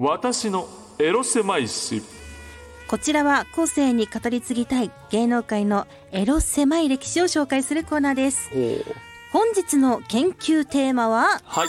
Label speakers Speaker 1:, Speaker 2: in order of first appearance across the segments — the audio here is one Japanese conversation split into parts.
Speaker 1: 私のエロ狭いし
Speaker 2: こちらは後世に語り継ぎたい芸能界のエロ狭い歴史を紹介するコーナーです本日の研究テーマは
Speaker 1: はい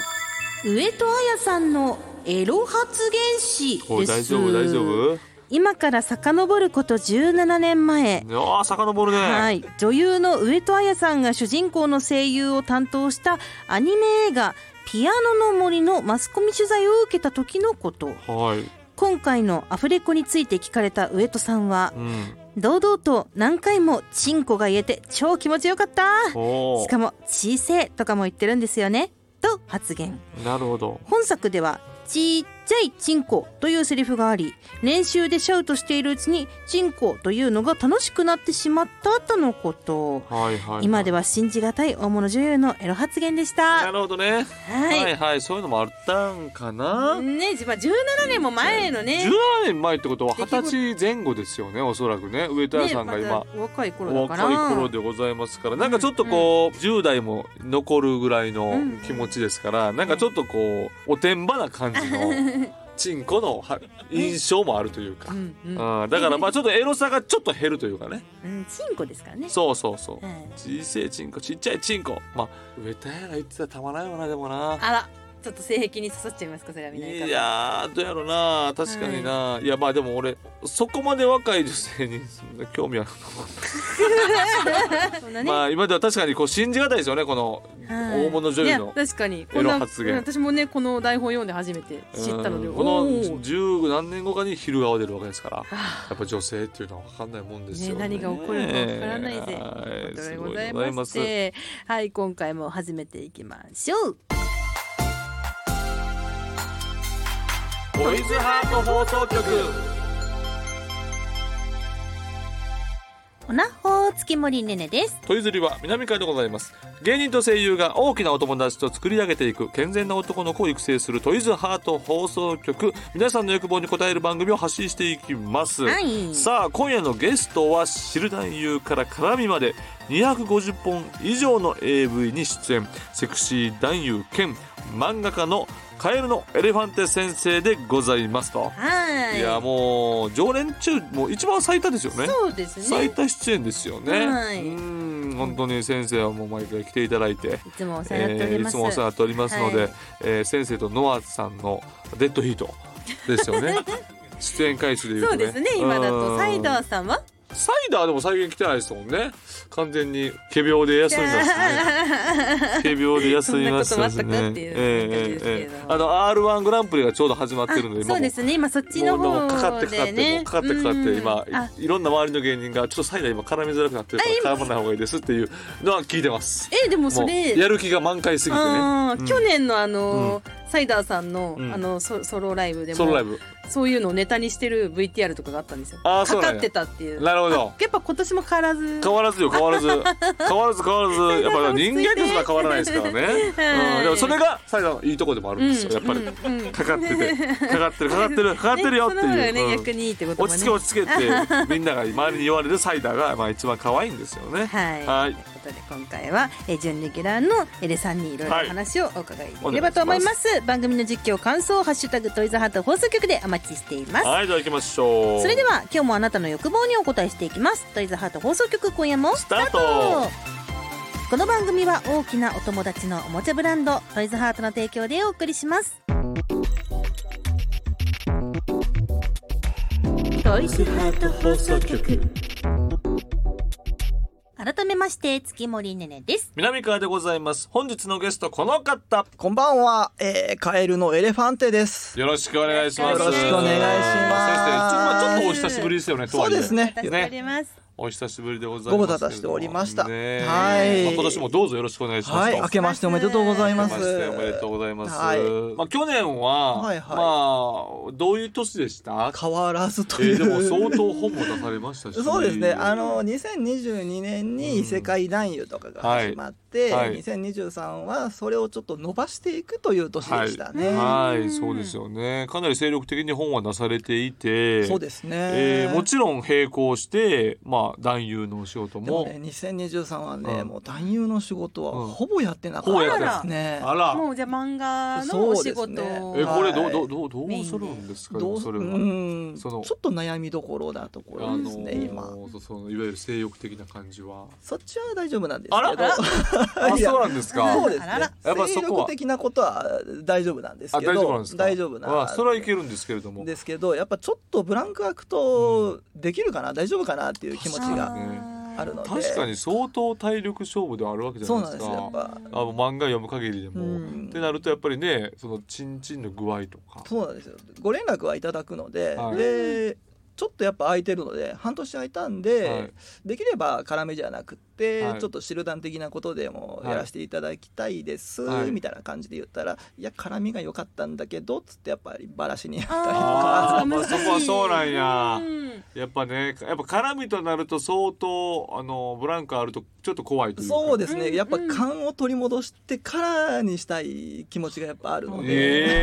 Speaker 2: 上戸彩さんのエロ発言史
Speaker 1: お
Speaker 2: で
Speaker 1: い
Speaker 2: す
Speaker 1: 大丈夫大丈夫
Speaker 2: 今から遡ること17年前
Speaker 1: ああ遡るね、
Speaker 2: はい、女優の上戸彩さんが主人公の声優を担当したアニメ映画「ピアノの森」のマスコミ取材を受けた時のこと
Speaker 1: はい
Speaker 2: 今回のアフレコについて聞かれた上戸さんは
Speaker 1: うん、
Speaker 2: 堂々と何回も「チンコが言えて超気持ちよかった」
Speaker 1: お
Speaker 2: し
Speaker 1: ー
Speaker 2: かも「小せえ」とかも言ってるんですよねと発言
Speaker 1: なるほど
Speaker 2: 本作では「ちっちゃいチンコ」というセリフがあり練習でシャウトしているうちに「チンコ」というのが楽しくなってしまったとのこと
Speaker 1: はいはい、はい、
Speaker 2: 今では信じがたい大物女優のエロ発言でし
Speaker 1: な
Speaker 2: た。
Speaker 1: るほどねは、
Speaker 2: はいい
Speaker 1: はいそういうのもあったんかな、
Speaker 2: ね、じまあ17年も前のね
Speaker 1: 17。年前ってことは二十歳前後ですよねおそらくね上田
Speaker 2: ね
Speaker 1: さんが今、
Speaker 2: まだ若い頃
Speaker 1: お
Speaker 2: だから。
Speaker 1: 若い頃でございますからなんかちょっとこう、10代も残るぐらいの
Speaker 2: うん
Speaker 1: 気持ちですから、なんかちょっとこうおてんばな感じ のチンコのは印象もあるというか、
Speaker 2: うんうん
Speaker 1: うん、だからまあちょっとエロさがちょっと減るというかね
Speaker 2: うん、チンコですからね。
Speaker 1: そうそうそう
Speaker 2: うん
Speaker 1: 小さいチンコちっちゃいチンコまあ上田やが言ってたらたまらんよなでもな
Speaker 2: あら、ちょっと性癖に刺さっちゃいますか、それは見ないいから。
Speaker 1: やーどうやろな確かにな、い、やまあでも俺そこまで若い女性にそんな 興味はなかった
Speaker 2: そんなね。
Speaker 1: まあ今では確かにこう信じがたいですよねこの
Speaker 2: はい
Speaker 1: 大物女優の
Speaker 2: いや確かに
Speaker 1: エロ発言
Speaker 2: こんな私もねこの台本読んで初めて知ったので
Speaker 1: うんこ
Speaker 2: お
Speaker 1: の
Speaker 2: ー
Speaker 1: 十何年後かに昼顔出るわけですからやっぱ女性っていうのは分かんないもんですよね
Speaker 2: ね、何が起こるかわからないぜ。と
Speaker 1: はい
Speaker 2: いうこと
Speaker 1: す
Speaker 2: で
Speaker 1: ごい
Speaker 2: ご
Speaker 1: で
Speaker 2: ざい
Speaker 1: ございま
Speaker 2: ますして、はい、今回も始めていきましょう。
Speaker 1: トイズハート放送局
Speaker 2: おなほー月森ねねです。
Speaker 1: トイズリは南海でございます芸人と声優が大きなお友達と作り上げていく健全な男の子を育成するトイズハート放送局皆さんの欲望に応える番組を発信していきます、
Speaker 2: はい
Speaker 1: さあ今夜のゲストは知る男優から絡みまで250本以上の AV に出演セクシー男優兼漫画家のカエルのエレファンテ先生でございますと、、
Speaker 2: はいい。
Speaker 1: やもう常連中もう一番最多ですよね
Speaker 2: そうですね。
Speaker 1: 最
Speaker 2: い
Speaker 1: 多出演ですよね。
Speaker 2: はい
Speaker 1: うん、本当に先生はもう毎回来ていただいて。
Speaker 2: つもお世話になってお
Speaker 1: え
Speaker 2: り
Speaker 1: ーい
Speaker 2: ます。
Speaker 1: つもお世話になっておりますので、
Speaker 2: はい
Speaker 1: えー先生とノアさんのデッドヒート ですよね出演回数でいう
Speaker 2: そ
Speaker 1: と
Speaker 2: う
Speaker 1: ね
Speaker 2: ですね。今だ
Speaker 1: う
Speaker 2: と
Speaker 1: ん
Speaker 2: サイダーさんは
Speaker 1: サイダーでも最近来てないですもんね完全に仮病で休んだんですね 軽病で休みましたです
Speaker 2: そんなこともあった
Speaker 1: ね
Speaker 2: かっていう感じですけれ
Speaker 1: え
Speaker 2: ども
Speaker 1: ーあの r 1グランプリがちょうど始まってるので
Speaker 2: あそうですね。今そっち
Speaker 1: も
Speaker 2: の
Speaker 1: うもうかかって
Speaker 2: 方
Speaker 1: かかって、
Speaker 2: でね。
Speaker 1: かかってかかって
Speaker 2: うん
Speaker 1: 今
Speaker 2: あ
Speaker 1: いろんな周りの芸人がちょっとサイダー今絡みづらくなってるから絡まない方がいいですっていうのは聞いてます
Speaker 2: えでも
Speaker 1: も
Speaker 2: そうれ。
Speaker 1: やる気が満開すぎて
Speaker 2: あ
Speaker 1: ね
Speaker 2: ー去年のあのーサイダーさんの
Speaker 1: うん
Speaker 2: あのソソロライブで
Speaker 1: ソロライ
Speaker 2: も
Speaker 1: ブ
Speaker 2: そういうのをネタにしてる VTR とかがあったんですよ。
Speaker 1: あ
Speaker 2: か
Speaker 1: ーそうなん
Speaker 2: か
Speaker 1: や
Speaker 2: ってたっていう。
Speaker 1: なるほど
Speaker 2: やっぱ今年も変わらず。
Speaker 1: 変わらずよ変わらず変わらず変 わらずやっぱ人間ってそんな変わらないですからね、
Speaker 2: はい
Speaker 1: うん、でもそれがサイダーのいいとこでもあるんですよ、やっぱり、
Speaker 2: うんうん
Speaker 1: かかっててかかってるかかって るかかってるよって
Speaker 2: ねその方
Speaker 1: い
Speaker 2: が
Speaker 1: う、
Speaker 2: ね
Speaker 1: うん
Speaker 2: 逆にいいってこともね
Speaker 1: 落ち着け落ち着けってみんなが周りに言われるサイダーがまあ一番可愛いんですよね
Speaker 2: はい、
Speaker 1: はい
Speaker 2: ということで今回はえー準レギュラーのエレさんにいろいろ
Speaker 1: はい
Speaker 2: 話をお伺いできればと思います,、番組の実況感想ハッシュタグトイズハート放送局でお待ちしています、
Speaker 1: はいじゃあ行きましょう
Speaker 2: それでは今日もあなたの欲望にお答えしていきますトイズハート放送局今夜も
Speaker 1: スタート
Speaker 2: この番組は大きなお友達のおもちゃブランドトイズハートの提供でお送りしますトイズハート放送局改めまして月森ねねです
Speaker 1: 南川でございます本日のゲストこの方
Speaker 3: こんばんは、えー、カエルのエレファンテです。
Speaker 1: よろしくお願いします
Speaker 2: よろしくお願
Speaker 1: 先生ち
Speaker 2: いし
Speaker 3: ます
Speaker 1: ょ,、まあ、ちょっとお久しぶりですよねと
Speaker 3: そ
Speaker 1: は
Speaker 3: う
Speaker 1: いえ
Speaker 3: ですね。
Speaker 2: 助かります、
Speaker 1: お久しぶりでございますけれども
Speaker 3: ご無沙汰しておりました
Speaker 1: ね
Speaker 3: はい
Speaker 1: まあ今年もどうぞよろしくお願いします
Speaker 3: はい、
Speaker 1: と
Speaker 3: 明けましておめでとうございます。
Speaker 1: 明けましておめでとうございます、
Speaker 3: はい
Speaker 1: まあ去年は、
Speaker 3: はいはい
Speaker 1: まあどういう年でした
Speaker 3: 変わらずと
Speaker 1: え
Speaker 3: い
Speaker 1: ー、
Speaker 3: う。
Speaker 1: でも相当本も出されましたし
Speaker 3: そうですね。あの2022年に異世界男優とかが始まっ
Speaker 1: はいは
Speaker 3: て、
Speaker 1: い
Speaker 3: 2023はそれをちょっと伸ばしていくという年でしたね。
Speaker 1: はい、は
Speaker 2: うん
Speaker 1: い、そうですよねかなり精力的に本は出されていて
Speaker 3: そうですね。
Speaker 1: えーもちろん並行して、まあ、まあ男優のお仕事
Speaker 3: でも
Speaker 1: も
Speaker 3: ね2023はね、
Speaker 1: うん
Speaker 3: もう男優の仕事は
Speaker 1: うん
Speaker 3: ほぼやってなかったですね。
Speaker 1: あら
Speaker 4: もうじゃあ漫画のお仕事
Speaker 3: そう
Speaker 1: え
Speaker 3: ですね
Speaker 1: これど
Speaker 3: は
Speaker 1: う
Speaker 3: い
Speaker 1: どうどうどうするんですか
Speaker 3: どう
Speaker 1: それ
Speaker 3: う
Speaker 1: は。
Speaker 3: んち
Speaker 1: そ
Speaker 3: ょ
Speaker 1: の
Speaker 3: っと悩みどころだところですね、
Speaker 1: ー
Speaker 3: 今
Speaker 1: そうそのいわゆる性欲的な感じは。
Speaker 3: そっちは大丈夫なんです
Speaker 1: あら
Speaker 3: けど
Speaker 1: あ
Speaker 3: いや
Speaker 1: そうなんですか。
Speaker 3: そうですね
Speaker 4: あらら
Speaker 1: やっぱそ
Speaker 3: 精
Speaker 1: こは
Speaker 3: 力的なことは大丈夫なんです
Speaker 1: あ
Speaker 3: け
Speaker 1: 大丈夫なん
Speaker 3: ど
Speaker 1: ですか。
Speaker 3: 大丈夫な
Speaker 1: あそれはいけるんですけれども。
Speaker 3: ですけどやっぱちょっとブランク空くとできるかな、大丈夫かなっていう気持ち
Speaker 1: あ
Speaker 3: が
Speaker 4: ー
Speaker 3: あるので
Speaker 1: 確かに相当体力勝負ではあるわけじゃ
Speaker 3: そう
Speaker 1: な
Speaker 3: ないん
Speaker 1: で
Speaker 3: ですす
Speaker 1: か。
Speaker 3: よやっぱ
Speaker 1: あの漫画読む限りでも、
Speaker 3: うん
Speaker 1: ってなるとやっぱりねそのチンチンの具合とか
Speaker 3: そうなんですよご連絡はいただくので、
Speaker 1: はい
Speaker 3: でちょっとやっぱ空いてるので半年空いたんで、
Speaker 1: はい
Speaker 3: できれば辛めじゃなくって、
Speaker 1: はい
Speaker 3: ちょっと汁談的なことでもやらせていただきたいです、
Speaker 1: はい
Speaker 3: みたいな感じで言ったら「いや辛みが良かったんだけど」っつってやっぱりバラしにあったりと
Speaker 1: あ
Speaker 3: か。
Speaker 1: ーまあそこはそうなん
Speaker 4: う
Speaker 1: や
Speaker 4: ん
Speaker 1: やっぱねやっぱ絡みとなると相当あのブランクあるとちょっと怖いというか
Speaker 3: そうですね、
Speaker 4: うん
Speaker 3: やっぱ
Speaker 4: うん
Speaker 3: 勘を取り戻してからにしたい気持ちがやっぱあるので、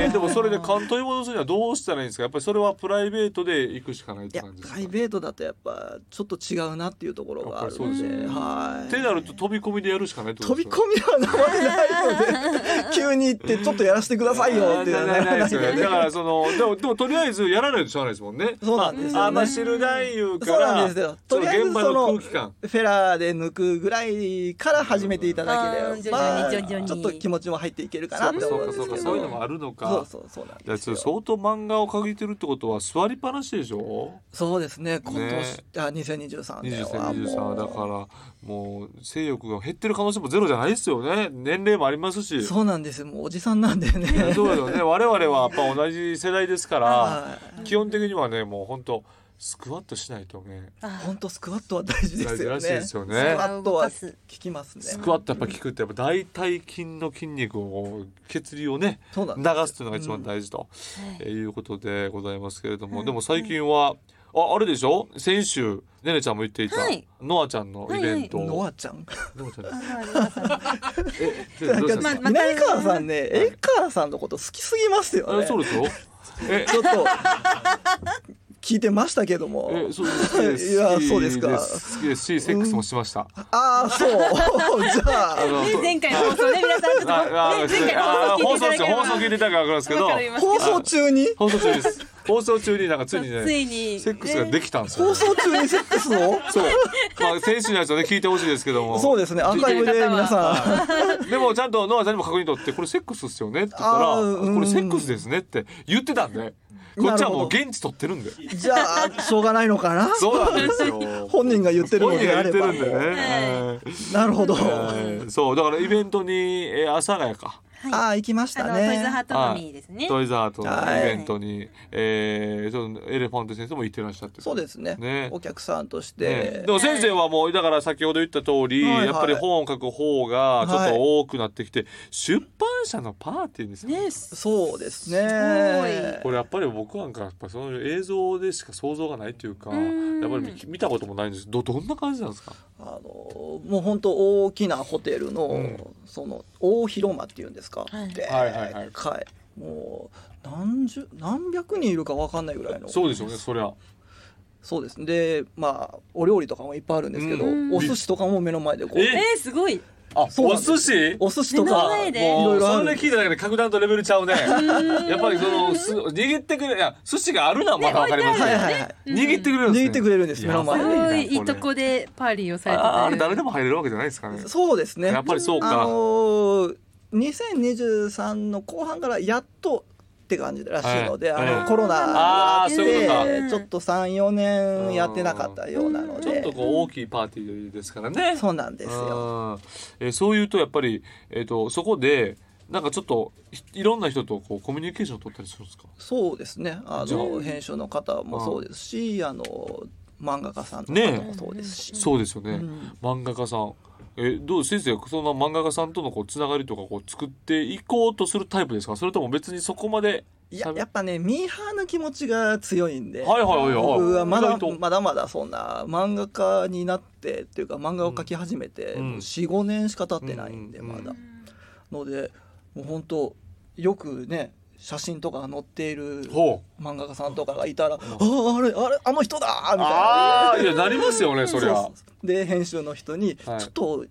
Speaker 1: ええでもそれで関東に戻すにはどうしたらいいんですかやっぱりそれはプライベートで行くしかないっ
Speaker 3: い
Speaker 1: て
Speaker 3: や
Speaker 1: 感じです
Speaker 3: プ
Speaker 1: か
Speaker 3: ライベートだとやっぱちょっと違うなっていうところがある
Speaker 1: やっぱり
Speaker 3: の
Speaker 1: そう
Speaker 3: で
Speaker 1: ですよねっ
Speaker 3: はい
Speaker 1: てなると飛び込みでやるしかないってこ
Speaker 3: 飛
Speaker 1: とで
Speaker 3: び
Speaker 1: す
Speaker 3: 込
Speaker 1: か
Speaker 3: みは生まれない ので急に行ってちょっとやらせてくださいよっていうのは
Speaker 1: な
Speaker 3: な
Speaker 1: な
Speaker 3: ら
Speaker 1: いで
Speaker 3: ない
Speaker 1: すよね
Speaker 3: ので
Speaker 1: だからそのでもでもとりあえずやらないとしゃあないですもんね
Speaker 3: そうなんですよね
Speaker 1: まああまあ知る男優か
Speaker 3: そうなん
Speaker 1: ら
Speaker 3: ですよ
Speaker 1: そ
Speaker 3: と
Speaker 1: の
Speaker 3: りあえず
Speaker 1: 現場の
Speaker 3: そ
Speaker 1: 空
Speaker 3: の
Speaker 1: 気感
Speaker 3: フェラーで抜くぐらいから始めていただ
Speaker 4: あ
Speaker 3: けれ
Speaker 4: ー
Speaker 3: ば
Speaker 4: 徐々に徐々に
Speaker 3: ちょっと気持ちも入っていけるか
Speaker 1: そ
Speaker 3: な
Speaker 1: う
Speaker 3: っ
Speaker 1: か
Speaker 3: て
Speaker 1: そ
Speaker 3: 思う
Speaker 1: うんかそうか
Speaker 3: ですけど
Speaker 1: そういうのもあるのか
Speaker 3: そうそうそうなん
Speaker 1: いや
Speaker 3: です
Speaker 1: それ
Speaker 3: よ
Speaker 1: 相当漫画を掲げてるってことは座りっぱなしでしょ
Speaker 3: そうですね今年あ2023年はも
Speaker 1: 2023
Speaker 3: う
Speaker 1: だからもう性欲が減ってる可能性もゼロじゃないですよね年齢もありますし
Speaker 3: そうなんですよもうおじさんなんでね
Speaker 1: い やそうだよね我々はやっぱ同じ世代ですから
Speaker 3: は
Speaker 1: 基本的にはねもう本当スクワットしないとね
Speaker 4: あ
Speaker 3: い
Speaker 4: ー
Speaker 3: 本当スクワットは大事ですよ
Speaker 1: 大事
Speaker 3: ね
Speaker 1: らしいですよね
Speaker 3: スクワットは効きますね
Speaker 1: スクワットやっぱ効くってやっぱ大腿筋の筋肉を血流をね
Speaker 3: そうなん
Speaker 1: 流
Speaker 3: です
Speaker 1: というのが一番大事と、
Speaker 4: はい
Speaker 1: えーいうことでございますけれども、
Speaker 4: はい
Speaker 1: でも最近はああれでしょ先週ねねちゃんも言っていた、
Speaker 4: はい
Speaker 1: ノアちゃんのイベント、
Speaker 3: ノアちゃん
Speaker 1: ノアちゃんです
Speaker 4: あー皆さん
Speaker 1: えどうしたんですか、
Speaker 4: まま
Speaker 3: メ
Speaker 4: た
Speaker 3: ーカーさんね、エッカーさんのこと好きすぎますよ
Speaker 1: あ
Speaker 3: ね。
Speaker 1: そうですよ。え、
Speaker 3: ちょっと聞いてましたけども。
Speaker 1: え、そうです。
Speaker 3: いや
Speaker 1: 好き
Speaker 3: そうですか
Speaker 1: 好きですし、セックスもしま した。
Speaker 3: ああ、そ う。じゃあ、
Speaker 1: の
Speaker 4: ね前回の放送ね皆さんちょっと
Speaker 1: ああ
Speaker 4: ね前回の
Speaker 1: あ
Speaker 4: 放
Speaker 1: 放
Speaker 4: 送
Speaker 1: 送
Speaker 4: 聞いていただければ
Speaker 1: 中放送聞いていただけわかるんですけど
Speaker 4: わかります
Speaker 3: 放送中に
Speaker 1: 放送中です放送中になんかついに
Speaker 4: つ
Speaker 1: ね
Speaker 4: い に
Speaker 1: セックスができたんですよ
Speaker 3: 放送中にセックスを
Speaker 1: そうまあ先週のやつをね聞いてほしいですけども
Speaker 3: そうですね、アーカイブで皆さん。
Speaker 1: でもちゃんとノアちゃんにも確認取ってこれセックスっすよねって言ったら
Speaker 3: あーうん
Speaker 1: これセックスですねって言ってたんでこっちはもう現地取ってるんで
Speaker 3: じゃあ、しょうがないのかな
Speaker 1: そうなんですよ
Speaker 3: 本人が言ってるの
Speaker 1: 本人
Speaker 3: で
Speaker 1: が
Speaker 3: あ
Speaker 1: 言
Speaker 3: れ
Speaker 1: って
Speaker 3: ば。
Speaker 1: るんでねはい
Speaker 3: なるほど。
Speaker 1: えーそうだからイベントに、えー、阿佐ヶ谷か
Speaker 3: ああ、行きまし
Speaker 4: あ
Speaker 3: た
Speaker 4: のトイズハー。
Speaker 3: ね
Speaker 4: トのみですね
Speaker 1: トイザートの
Speaker 3: はい
Speaker 1: イベントに、えー、そのエレファント先生も行ってらっしゃって
Speaker 3: そうですね
Speaker 1: ね
Speaker 3: お客さんとし
Speaker 1: ね
Speaker 3: て
Speaker 1: で。も先生はもうだから先ほど言った通り、
Speaker 3: はいはい
Speaker 1: やっぱり本を書く方がちょっと多くなってきて、出版社のパーティーですね
Speaker 4: ね
Speaker 3: そうで
Speaker 4: す
Speaker 3: すね。
Speaker 1: これやっぱり僕なんかやっぱその映像でしか想像がないというか
Speaker 4: ん
Speaker 1: やっぱり見見たこともないんですどどんな感じなんですか
Speaker 3: あのもう本当大きなホテルの、
Speaker 1: うん
Speaker 3: その大広間っていうんですか、
Speaker 4: はい
Speaker 3: でっ
Speaker 1: はいはいはい
Speaker 3: かいもう何十何百人いるかわかんないぐらいの
Speaker 1: そうでしょうねそりゃ
Speaker 3: そうですでまあお料理とかもいっぱいあるんですけど、
Speaker 1: うん
Speaker 3: お寿司とかも目の前でこう
Speaker 1: え
Speaker 4: えーすごい
Speaker 1: あ
Speaker 3: そう
Speaker 1: お
Speaker 3: なんです
Speaker 1: 寿司
Speaker 3: お寿司と
Speaker 4: 目の
Speaker 3: か
Speaker 4: 前
Speaker 3: い
Speaker 4: で
Speaker 1: も
Speaker 3: ろ
Speaker 1: う
Speaker 3: いろ
Speaker 1: そ
Speaker 3: あ
Speaker 1: れ
Speaker 3: る
Speaker 1: 聞いただけで格段とレベルちゃうねやっぱりそのす握ってくれいや寿司があるのはまだわかります
Speaker 3: はい
Speaker 1: けど
Speaker 3: はいはい
Speaker 4: うん
Speaker 1: 握ってくれるんですね
Speaker 3: 握ってくれるんです目の前
Speaker 4: す
Speaker 3: やば
Speaker 4: ご
Speaker 1: ない
Speaker 4: いいとこでパーリーをされて
Speaker 1: ああれ
Speaker 4: た
Speaker 1: 誰でも入れるわけじゃないですかね
Speaker 3: そうですね
Speaker 1: やっぱりそう
Speaker 3: あ
Speaker 1: か、
Speaker 3: のー2023の後半からやっとって感じらしいので、
Speaker 1: はい
Speaker 3: あの
Speaker 1: はい
Speaker 3: コロナがあっ
Speaker 1: あーそういう
Speaker 3: て
Speaker 1: こと
Speaker 4: か
Speaker 3: ちょっと34年やってなかったようなの
Speaker 1: ちょっ
Speaker 3: で
Speaker 1: とこう大きいパーティーですからね
Speaker 3: そうなんですよ。
Speaker 1: よえーそういうとやっぱり、えー、とそこでなんかちょっといいろんな人とこうコミュニケーションを取ったりするんですか
Speaker 3: そうですねあ
Speaker 1: じゃ
Speaker 3: の編集の方もそうですしあの漫画家さんの方
Speaker 1: ね
Speaker 3: もそうですし、
Speaker 1: そうですよね、
Speaker 3: うん
Speaker 1: 漫画家さんえーどう先生そんな漫画家さんとのこうつながりとかこう作っていこうとするタイプですかそれとも別にそこまで
Speaker 3: いややっぱねミーハーな気持ちが強いんで、
Speaker 1: はいはいはいはい
Speaker 3: 僕はま
Speaker 1: 意
Speaker 3: だ
Speaker 1: 外と
Speaker 3: まだまだそんな漫画家になってっていうか漫画を描き始めて
Speaker 1: うん
Speaker 3: 45年しか経ってないんで
Speaker 1: うん
Speaker 3: ま
Speaker 1: うん
Speaker 3: だのでもう本当よくね写真とかが載っている
Speaker 1: ほう
Speaker 3: 漫画家さんとかがいたら「あああれあれあの人だ!」み
Speaker 1: あ
Speaker 3: た
Speaker 1: あ
Speaker 3: い
Speaker 1: いやなりますよねそ
Speaker 3: な
Speaker 1: りゃ
Speaker 3: そうそうで編集の人に「ちょ
Speaker 1: はい
Speaker 3: っと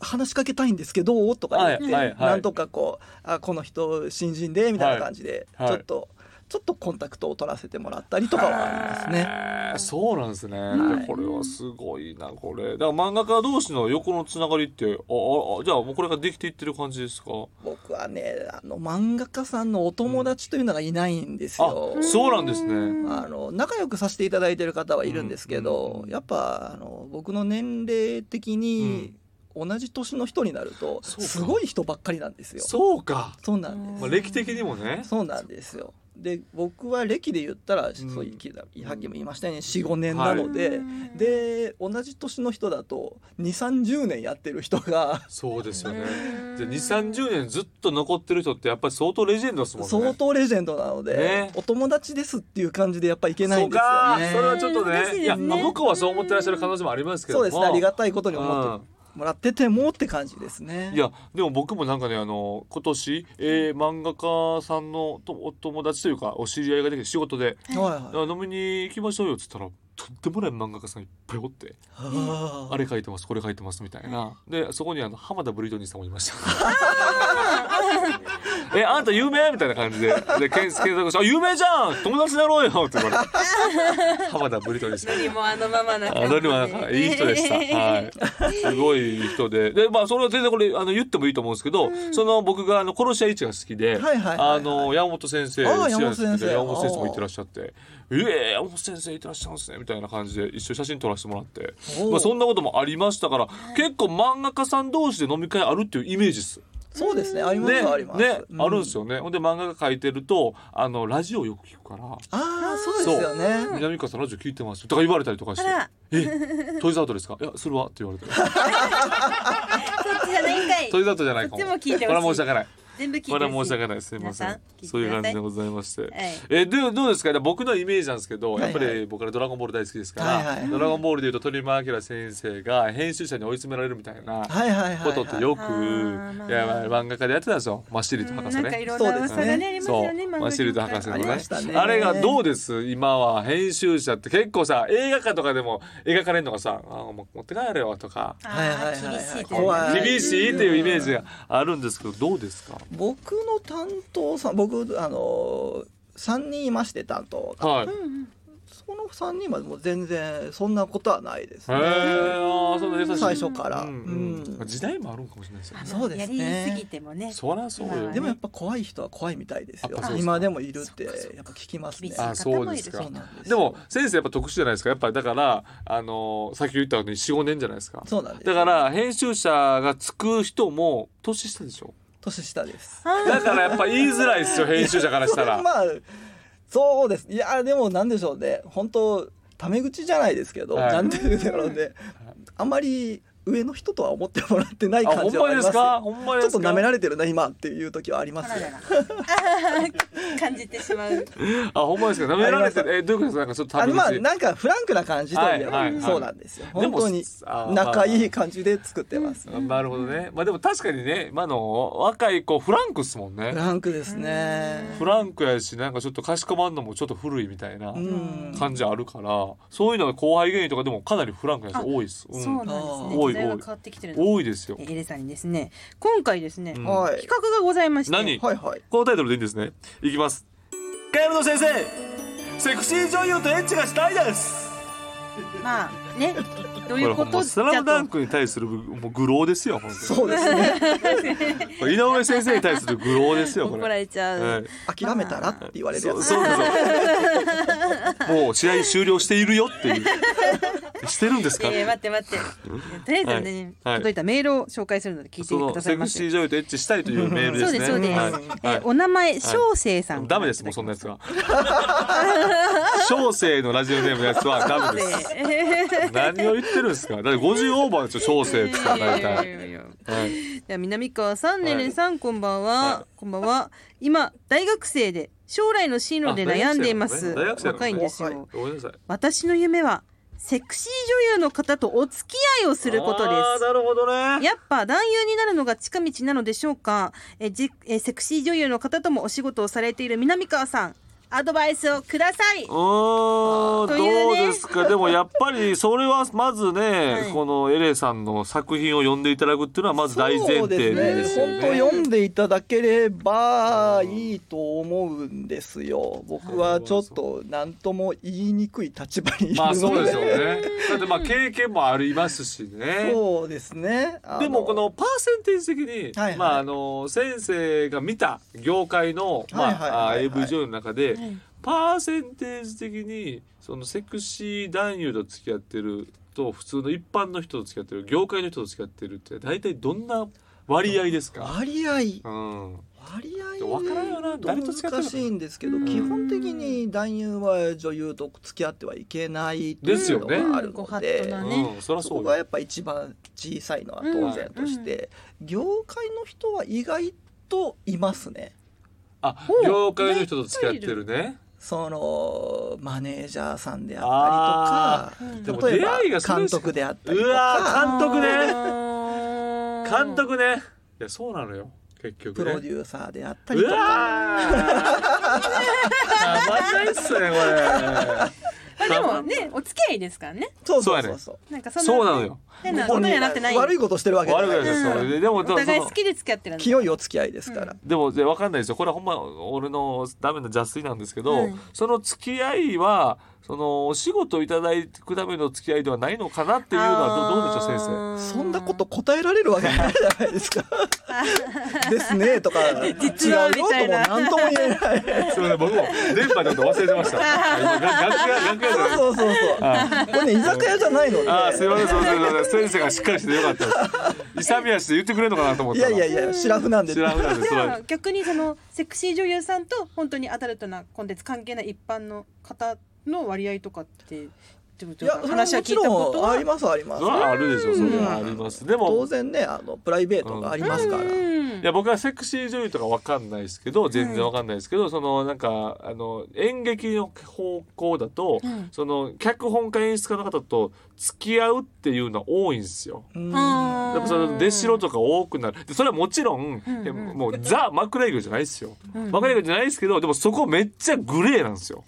Speaker 3: 話しかけたいんですけど」とか言って、
Speaker 1: はいはいはい
Speaker 3: なんとかこう「あこの人新人で」みたいな感じで、
Speaker 1: はいはい
Speaker 3: ちょっとちょっとコンタクトを取らせてもらったりとかはありますね。
Speaker 1: へーそうなんですね、
Speaker 3: はい
Speaker 1: これはすごいなこれだから漫画家同士の横のつながりってあああじゃあもうこれができていってる感じですか
Speaker 3: 僕はねあの漫画家さんのお友達というのがいないんです
Speaker 1: あ
Speaker 3: よ。
Speaker 1: そうなんですね
Speaker 3: あの仲良くさせていただいてる方はいるんですけ
Speaker 1: うんうん
Speaker 3: ど、
Speaker 1: うん
Speaker 3: やっぱあの僕の年齢的に同じ年の人になると
Speaker 1: そうか
Speaker 3: すごい人ばっかりなんですよ。そう
Speaker 1: そうか、
Speaker 3: なんです、
Speaker 1: まあ、歴的にもね
Speaker 3: そうなんですよ。で僕は歴で言ったら、そういきださっきも言いましたよね45年なので、
Speaker 4: うん
Speaker 3: で同じ年の人だと2三3 0年やってる人が
Speaker 1: そうですよねじゃあ2三3 0年ずっと残ってる人ってやっぱり相当レジェンドですもんね
Speaker 3: 相当レジェンドなので、
Speaker 1: ね
Speaker 3: お友達ですっていう感じでやっぱいけな
Speaker 1: そ
Speaker 3: い
Speaker 1: うん
Speaker 3: ですよ
Speaker 1: か
Speaker 3: ね。
Speaker 1: それはちょっと
Speaker 4: 難しいです
Speaker 1: ね
Speaker 4: ね
Speaker 1: いやまあ僕はそう思ってらっしゃる可能性もありますけども
Speaker 3: そうですねありがたいことに
Speaker 1: う
Speaker 3: 思っ
Speaker 1: ん
Speaker 3: てもらっててもって感じですね。
Speaker 1: いやでも僕もなんかねあの今年、えー漫画家さんのとお友達というかお知り合いができて仕事で
Speaker 3: はい
Speaker 1: 「
Speaker 3: はい
Speaker 1: あ飲みに行きましょうよ」っつったらとんでもない漫画家さんいっぱいおって「
Speaker 3: あ
Speaker 1: あれ書いてますこれ書いてます」みたいなでそこにあの浜田ブリトニーさんもいました「えあんた有名?」みたいな感じでで検索して「あ有名じゃん友達になろうよ」って言われて浜田ブリトニーさん
Speaker 2: のりもあのままな
Speaker 1: あ
Speaker 2: 感
Speaker 1: の
Speaker 2: じ
Speaker 1: り
Speaker 2: で
Speaker 1: はいい人で した。はい。すごいいい人で。で、まあ、それは全然これ、あの、言ってもいいと思うんですけど、その、僕が、あの、殺し屋市が好きで、
Speaker 3: いはいはいはい
Speaker 1: あの、山本先生、
Speaker 3: あー
Speaker 1: 知り合いですけど
Speaker 3: 山本先生
Speaker 1: 山本先生もいてらっしゃって、ええ山本先生いてらっしゃるんですね、みたいな感じで、一緒に写真撮らせてもらって
Speaker 3: お、ー
Speaker 1: まあ、そんなこともありましたから、結構漫画家さん同士で飲み会あるっていうイメージです。
Speaker 3: そうですねあります
Speaker 1: ね、
Speaker 3: あります。
Speaker 1: ね、
Speaker 3: う
Speaker 1: あるんですよね。ほんで、漫画が書いてると、あの、ラジオよく聞くから、
Speaker 3: ああそうですよね。
Speaker 1: 南川さんラジオ聞いてますとか言われたりとかして
Speaker 4: あら
Speaker 1: 「えトイズアウトですか?」「いやそれは」って言われて
Speaker 4: そっちじゃないんかい
Speaker 1: トイズアウトじゃないかも
Speaker 2: そっちも聞いて
Speaker 1: これ
Speaker 2: ほしい
Speaker 1: は申し訳ない
Speaker 2: 全部聞いて
Speaker 1: これは申
Speaker 2: ほし
Speaker 1: し
Speaker 2: い
Speaker 1: 訳ないすいません
Speaker 2: 皆さん聞いてください
Speaker 1: そういう感じでございまして、
Speaker 2: い
Speaker 1: えでどうですか僕のイメージなんですけど、やっぱ
Speaker 3: はい
Speaker 1: り僕らドラゴンボール大好きですから、
Speaker 3: はいはい
Speaker 1: ドラゴンボールでいうと鳥山明先生が編集者に追い詰められるみたいな
Speaker 3: はいはいはいはい。
Speaker 1: ことってよく、
Speaker 2: はいはいはい
Speaker 1: いや漫画家でやってたんですよマッシリと博士
Speaker 2: なんかい
Speaker 1: ね。
Speaker 2: ろんな噂がねあります
Speaker 1: そう
Speaker 2: よね漫画業界
Speaker 1: マッシリと博士の
Speaker 3: あり
Speaker 1: ね
Speaker 3: ましたね
Speaker 1: あれがどうです今は編集者って結構さ映画化とかでも描かれるのがさ「あもう持って帰れよ」とか
Speaker 3: はいはいは
Speaker 2: あ
Speaker 3: い
Speaker 2: ー厳しいですね
Speaker 3: 怖い
Speaker 1: 厳しいっていうイメージがあるんですけどどうですか
Speaker 3: 僕の担当さん僕あの三人いまして担当が、
Speaker 1: はい、
Speaker 3: その三人はもう全然そんなことはないです
Speaker 1: へえ
Speaker 3: ね。
Speaker 1: あーそんな優しい
Speaker 3: 最初から、
Speaker 1: うん
Speaker 3: うん
Speaker 1: 時代もあるんかもしれないですよね
Speaker 3: そうですね
Speaker 2: やりすぎてもね
Speaker 1: そりゃそうよ
Speaker 2: まあ
Speaker 3: でも
Speaker 2: ね
Speaker 3: やっぱ怖い人は怖いみたいです
Speaker 1: や
Speaker 3: よ
Speaker 1: っぱそうです。か
Speaker 3: 今でもいるってやっぱ聞きますね
Speaker 2: 厳。しい
Speaker 1: あ
Speaker 2: 方
Speaker 1: そうで
Speaker 2: もいる
Speaker 1: す
Speaker 2: し
Speaker 1: か
Speaker 3: そうなんです。
Speaker 1: でも先生やっぱ特殊じゃないですかやっぱりだからあのーさっき言ったように45年じゃないですか
Speaker 3: そうなんです。
Speaker 1: だから編集者がつく人も年下でしょ
Speaker 3: 年下です。
Speaker 1: だからやっぱ言いづらいですよ編集者からしたら
Speaker 3: まあそうですいやでもなんでしょうね本当タメ口じゃないですけど、
Speaker 1: はい
Speaker 3: なんていうんだろうねあんまり上の人とは思ってもらってない
Speaker 1: あ
Speaker 3: 感
Speaker 1: ほん
Speaker 3: じは
Speaker 1: ま
Speaker 3: あ
Speaker 1: で
Speaker 3: りますす
Speaker 1: か
Speaker 3: よ
Speaker 1: ほんま
Speaker 3: ちょ
Speaker 1: で
Speaker 3: っ
Speaker 1: す
Speaker 3: と
Speaker 1: か
Speaker 3: 舐められてるな今っていう時はありま
Speaker 2: あ
Speaker 3: す
Speaker 2: ら
Speaker 3: よ
Speaker 2: ららあー感じてしまう
Speaker 1: あほんまですか舐められて
Speaker 3: ありま
Speaker 1: るえどういうことですかなんかちょっと
Speaker 3: あのまあ
Speaker 1: 旅口
Speaker 3: なんかフランクな感じといえば、
Speaker 1: はいはいはい
Speaker 3: そうなんですよ
Speaker 1: で
Speaker 3: 本
Speaker 1: も
Speaker 3: 当に
Speaker 1: あー
Speaker 3: 仲いい感じで作ってますフ
Speaker 1: なるほどねまあでも確かにね今の若い子フランクっすもんね
Speaker 3: ランクですね
Speaker 1: フランクやしなんかちょっとかしこまんのもちょっと古いみたいな
Speaker 3: うん
Speaker 1: 感じあるからそういうのが後輩芸人とかでもかなりフランクな人多いです、うん
Speaker 2: そうなんですね
Speaker 1: 多い
Speaker 2: 時代が変わってきてるの
Speaker 1: 多いですよ
Speaker 2: えエレさんにですね今回ですね
Speaker 1: うん
Speaker 2: 企
Speaker 3: はい
Speaker 2: 画がございまして
Speaker 1: 何
Speaker 3: はいはい
Speaker 1: このタイトルでいいんですねいきますカエルの先生セクシー女優とエッチがしたいです
Speaker 2: まあねどういう
Speaker 1: これ
Speaker 2: こ
Speaker 1: も
Speaker 2: と
Speaker 1: うスラムダンクに対するもう愚弄ですよ本当に
Speaker 3: そうですね
Speaker 1: これ井上先生に対する愚弄ですよこ
Speaker 2: 怒ら
Speaker 1: れ
Speaker 2: れちゃう、
Speaker 1: はい
Speaker 3: 諦めたらって言われるや
Speaker 1: そう
Speaker 3: つ
Speaker 1: そう そうもう試合終了しているよっていうしてるんです
Speaker 2: い
Speaker 1: か
Speaker 2: やいや待って待 ってとりあえずね、
Speaker 1: はいはい
Speaker 2: 届いたメールを紹介するので聞いて
Speaker 1: そ
Speaker 2: くだ
Speaker 1: の
Speaker 2: さい
Speaker 1: セ
Speaker 2: ま
Speaker 1: ク
Speaker 2: せ
Speaker 1: シー女優とエッチしたいというメールで
Speaker 2: そ
Speaker 1: す
Speaker 2: う
Speaker 1: ね
Speaker 2: ですそうです、
Speaker 1: はい
Speaker 2: え
Speaker 1: はい
Speaker 2: お名前小生さん、
Speaker 1: ダメですもうそんなやつは小生のラジオネームのやつはダメで
Speaker 2: です
Speaker 1: す何を言ってるんですかだって50オーバーですよ小生ってさ 大体、はい、
Speaker 2: では南川さん、
Speaker 1: はい
Speaker 2: ねねさんこんばんは、
Speaker 1: は
Speaker 2: こんばんは今大学生で将来の進路で悩んでいます、
Speaker 1: あ大学生なのね
Speaker 2: 若いんです
Speaker 3: 大
Speaker 2: よ
Speaker 1: ごめんなさい
Speaker 2: 私の夢はセクシー女優の方とお付き合いをすることで
Speaker 1: あーなるほど
Speaker 2: す
Speaker 1: ね。
Speaker 2: やっぱ男優になるのが近道なのでしょうかえじえセクシー女優の方ともお仕事をされている南川さんアドバイスをくださいう
Speaker 1: ーん
Speaker 2: という
Speaker 1: どう
Speaker 2: ね
Speaker 1: ですかでもやっぱりそれはまずね、
Speaker 2: はい
Speaker 1: このエレさんの作品を読んでいただくっていうのはまず大前提で
Speaker 3: そ
Speaker 1: す
Speaker 3: う
Speaker 1: よね。
Speaker 3: ですね本当読んでいただければいいと思うんですよ僕はちょっと何とも言いにくい立場にいるので、
Speaker 1: まあそうですよね。だってまあ経験もありますしね。
Speaker 3: そうですねあ
Speaker 1: でもこのパーセンテージ的に、
Speaker 3: はいはい
Speaker 1: まああの先生が見た業界の、まあ
Speaker 3: はいはいはいはい
Speaker 1: あ AV 女優の中で、パーセンテージ的にそのセクシー男優と付き合ってると普通の一般の人と付き合ってる業界の人と付き合ってるって大体どんな割合ですか、
Speaker 3: 割合
Speaker 1: うん、
Speaker 3: 割
Speaker 1: わからんよな
Speaker 3: 合
Speaker 1: 誰と付き合ってるの
Speaker 3: 難しいんですけど
Speaker 2: うん
Speaker 3: 基本的に男優は女優と付き合ってはいけないって
Speaker 1: です
Speaker 3: い
Speaker 1: よ
Speaker 3: うの
Speaker 1: ね
Speaker 3: がある
Speaker 2: ご
Speaker 3: の
Speaker 2: 法
Speaker 3: で
Speaker 2: 度。なね
Speaker 1: うん、そりゃ
Speaker 3: そ
Speaker 1: そ
Speaker 3: こ
Speaker 1: う
Speaker 3: が
Speaker 1: よ
Speaker 3: やっぱ一番小さいのは当然として、業界の人は意外といますね。
Speaker 1: あ
Speaker 2: ほう
Speaker 1: 業界の人と付き合ってるね
Speaker 3: そのマネージャーさんで
Speaker 1: あ
Speaker 3: あったり
Speaker 1: で
Speaker 3: と
Speaker 1: も
Speaker 3: か、例
Speaker 1: 出会い
Speaker 3: え
Speaker 1: が
Speaker 3: ば
Speaker 1: それ
Speaker 3: 監
Speaker 1: しか
Speaker 3: 督であったりと
Speaker 1: うわ
Speaker 3: か、
Speaker 1: 監督ね
Speaker 2: あー
Speaker 1: 監督ねいやそうなのよ結局
Speaker 3: プ
Speaker 1: ね
Speaker 3: ロデューサーであったり
Speaker 1: う
Speaker 3: と
Speaker 1: わーたま
Speaker 3: か、
Speaker 1: んないっすねこ
Speaker 2: ま
Speaker 1: れ
Speaker 2: あでもねお付き合いですからね
Speaker 3: そう
Speaker 1: そう
Speaker 3: そ
Speaker 1: や
Speaker 3: う
Speaker 1: ね
Speaker 3: そうそう。
Speaker 2: なんかそんな
Speaker 1: そうなのよ
Speaker 2: 変なことにはなってない
Speaker 3: 悪いことしてるわけじゃ
Speaker 1: 悪
Speaker 3: な
Speaker 1: くない
Speaker 3: い
Speaker 1: で
Speaker 3: ですす
Speaker 1: よ
Speaker 3: か
Speaker 1: そ
Speaker 3: ら
Speaker 1: れででも
Speaker 2: お互い好きで付き合ってるんだ
Speaker 3: 清いお付き合いですから。
Speaker 1: でもでわかんないですよこれはほんま俺のダメな邪推なんですけど、
Speaker 2: はい
Speaker 1: その付き合いはそのお仕事をいただくための付き合いではないのかなっていうのはどどうでしょう先生
Speaker 2: あー
Speaker 3: そんなこと答えられるわけないじゃないですか。ですねとか違うよ
Speaker 2: 実はみ
Speaker 3: とも
Speaker 2: たいな
Speaker 3: 何とも言えない。
Speaker 1: すみません僕も電波で忘れてま した今楽屋楽屋じゃない
Speaker 3: そうそうそう
Speaker 1: は
Speaker 3: これね居酒屋じゃないので。
Speaker 1: あーすいませんすいませんすいません先生がしっかりしてよかったです勇み足で言ってくれるのかなと思っ
Speaker 3: い
Speaker 1: たら
Speaker 3: やいやいや、シラフなんで。
Speaker 1: 知らんなんで
Speaker 2: じ
Speaker 1: す
Speaker 2: ゃあ逆にそのセクシー女優さんと本当にアダルトなコンテンツ関係ない一般の方の割合とかってってことで
Speaker 3: いや
Speaker 2: す、か
Speaker 3: それはも
Speaker 2: 話は聞
Speaker 3: ち
Speaker 2: いたこ
Speaker 3: ろ
Speaker 2: と
Speaker 3: ん
Speaker 2: は
Speaker 3: ありますあります
Speaker 1: それ。はあるでしょうそれはあ
Speaker 3: うん
Speaker 1: りますでも
Speaker 3: 当然ね、あのプライベートがありますから。
Speaker 2: うん
Speaker 1: いや僕はセクシー女優とかわかんないですけど全然わかんないですけど、そのなんかあの演劇の方向だと、
Speaker 2: うん
Speaker 1: その脚本家演出家の方と付き合うっていうのは多いんですよ。
Speaker 3: うん
Speaker 2: あ
Speaker 1: や
Speaker 2: ー
Speaker 1: っぱその出しろとか多くなるでそれはもちろん、
Speaker 2: うんうん
Speaker 1: もうザ・マクレイグじゃないですよ。
Speaker 2: うんうん
Speaker 1: マクレイグじゃないですけどでもそこめっちゃグレーなんですよ。